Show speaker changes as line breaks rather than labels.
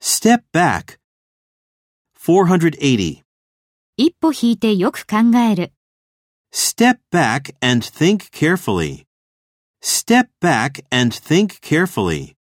Step back. 480.
一歩引いてよく考える。
Step back and think carefully. Step back and think carefully.